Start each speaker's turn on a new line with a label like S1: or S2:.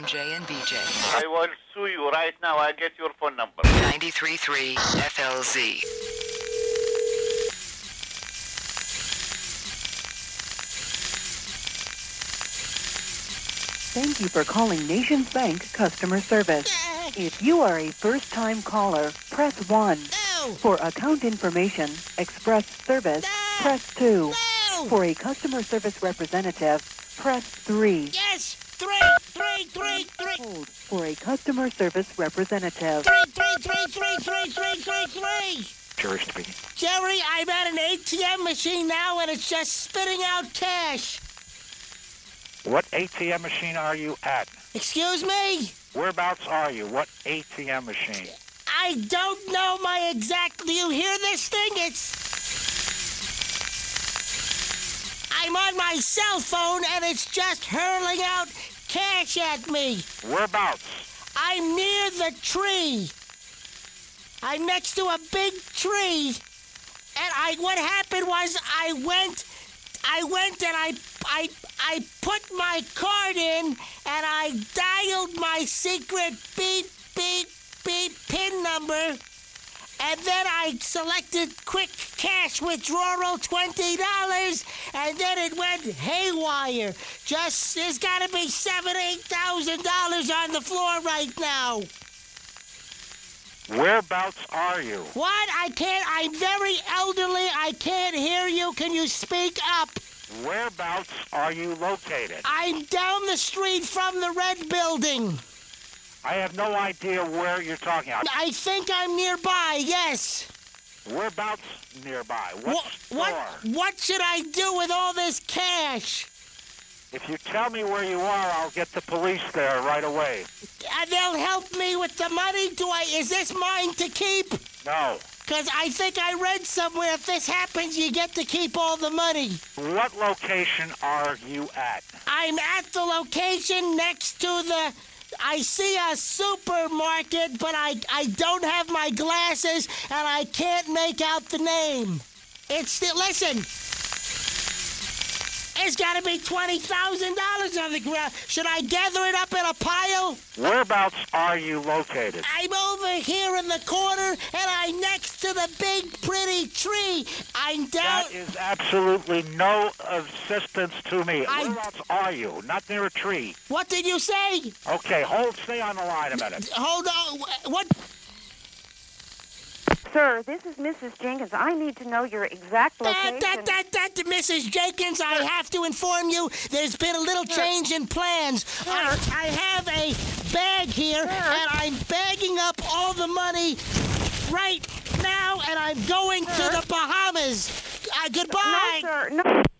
S1: MJ and BJ.
S2: I will sue you right now. I get your phone number.
S1: 93.3 FLZ.
S3: Thank you for calling Nations Bank customer service. If you are a first-time caller, press 1. For account information, express service, press 2. For a customer service representative, press 3.
S4: Yes! Three, three, three, three,
S3: Hold for a customer service representative.
S4: three, three, three, three, three, three, three, three.
S5: Jerry speaking.
S4: Jerry, I'm at an ATM machine now and it's just spitting out cash.
S5: What ATM machine are you at?
S4: Excuse me?
S5: Whereabouts are you? What ATM machine?
S4: I don't know my exact. Do you hear this thing? It's. I'm on my cell phone and it's just hurling out cash at me.
S5: Whereabouts?
S4: I'm near the tree. I'm next to a big tree. And I what happened was I went I went and I I I put my card in and I dialed my secret beep beep beep pin number and then I selected quick cash withdrawal twenty dollars, and then it went haywire. Just there's got to be seven, eight thousand dollars on the floor right now.
S5: Whereabouts are you?
S4: What? I can't. I'm very elderly. I can't hear you. Can you speak up?
S5: Whereabouts are you located?
S4: I'm down the street from the red building.
S5: I have no idea where you're talking about.
S4: I think I'm nearby. Yes.
S5: Whereabouts nearby? What,
S4: Wha-
S5: store?
S4: what? What should I do with all this cash?
S5: If you tell me where you are, I'll get the police there right away.
S4: and Uh, they'll help me with the money. Do I? Is this mine to keep?
S5: No.
S4: Because I think I read somewhere if this happens, you get to keep all the money.
S5: What location are you at?
S4: I'm at the location next to the. I see a supermarket, but I, I don't have my glasses and I can't make out the name. It's the. Listen. It's got to be $20,000 on the ground. Should I gather it up in a pile?
S5: Whereabouts are you located?
S4: I'm over here in the corner, and I'm next to the big pretty tree. I'm down.
S5: That is absolutely no assistance to me.
S4: I-
S5: Whereabouts are you? Not near a tree.
S4: What did you say?
S5: Okay, hold. Stay on the line a minute.
S4: Hold on. What?
S6: Sir, this is Mrs. Jenkins. I need to know your exact
S4: That,
S6: location.
S4: that, that, that, Mrs. Jenkins, I have to inform you there's been a little change in plans. I, I have a bag here, and I'm bagging up all the money right now, and I'm going to the Bahamas. Uh, goodbye.
S6: No, sir. No.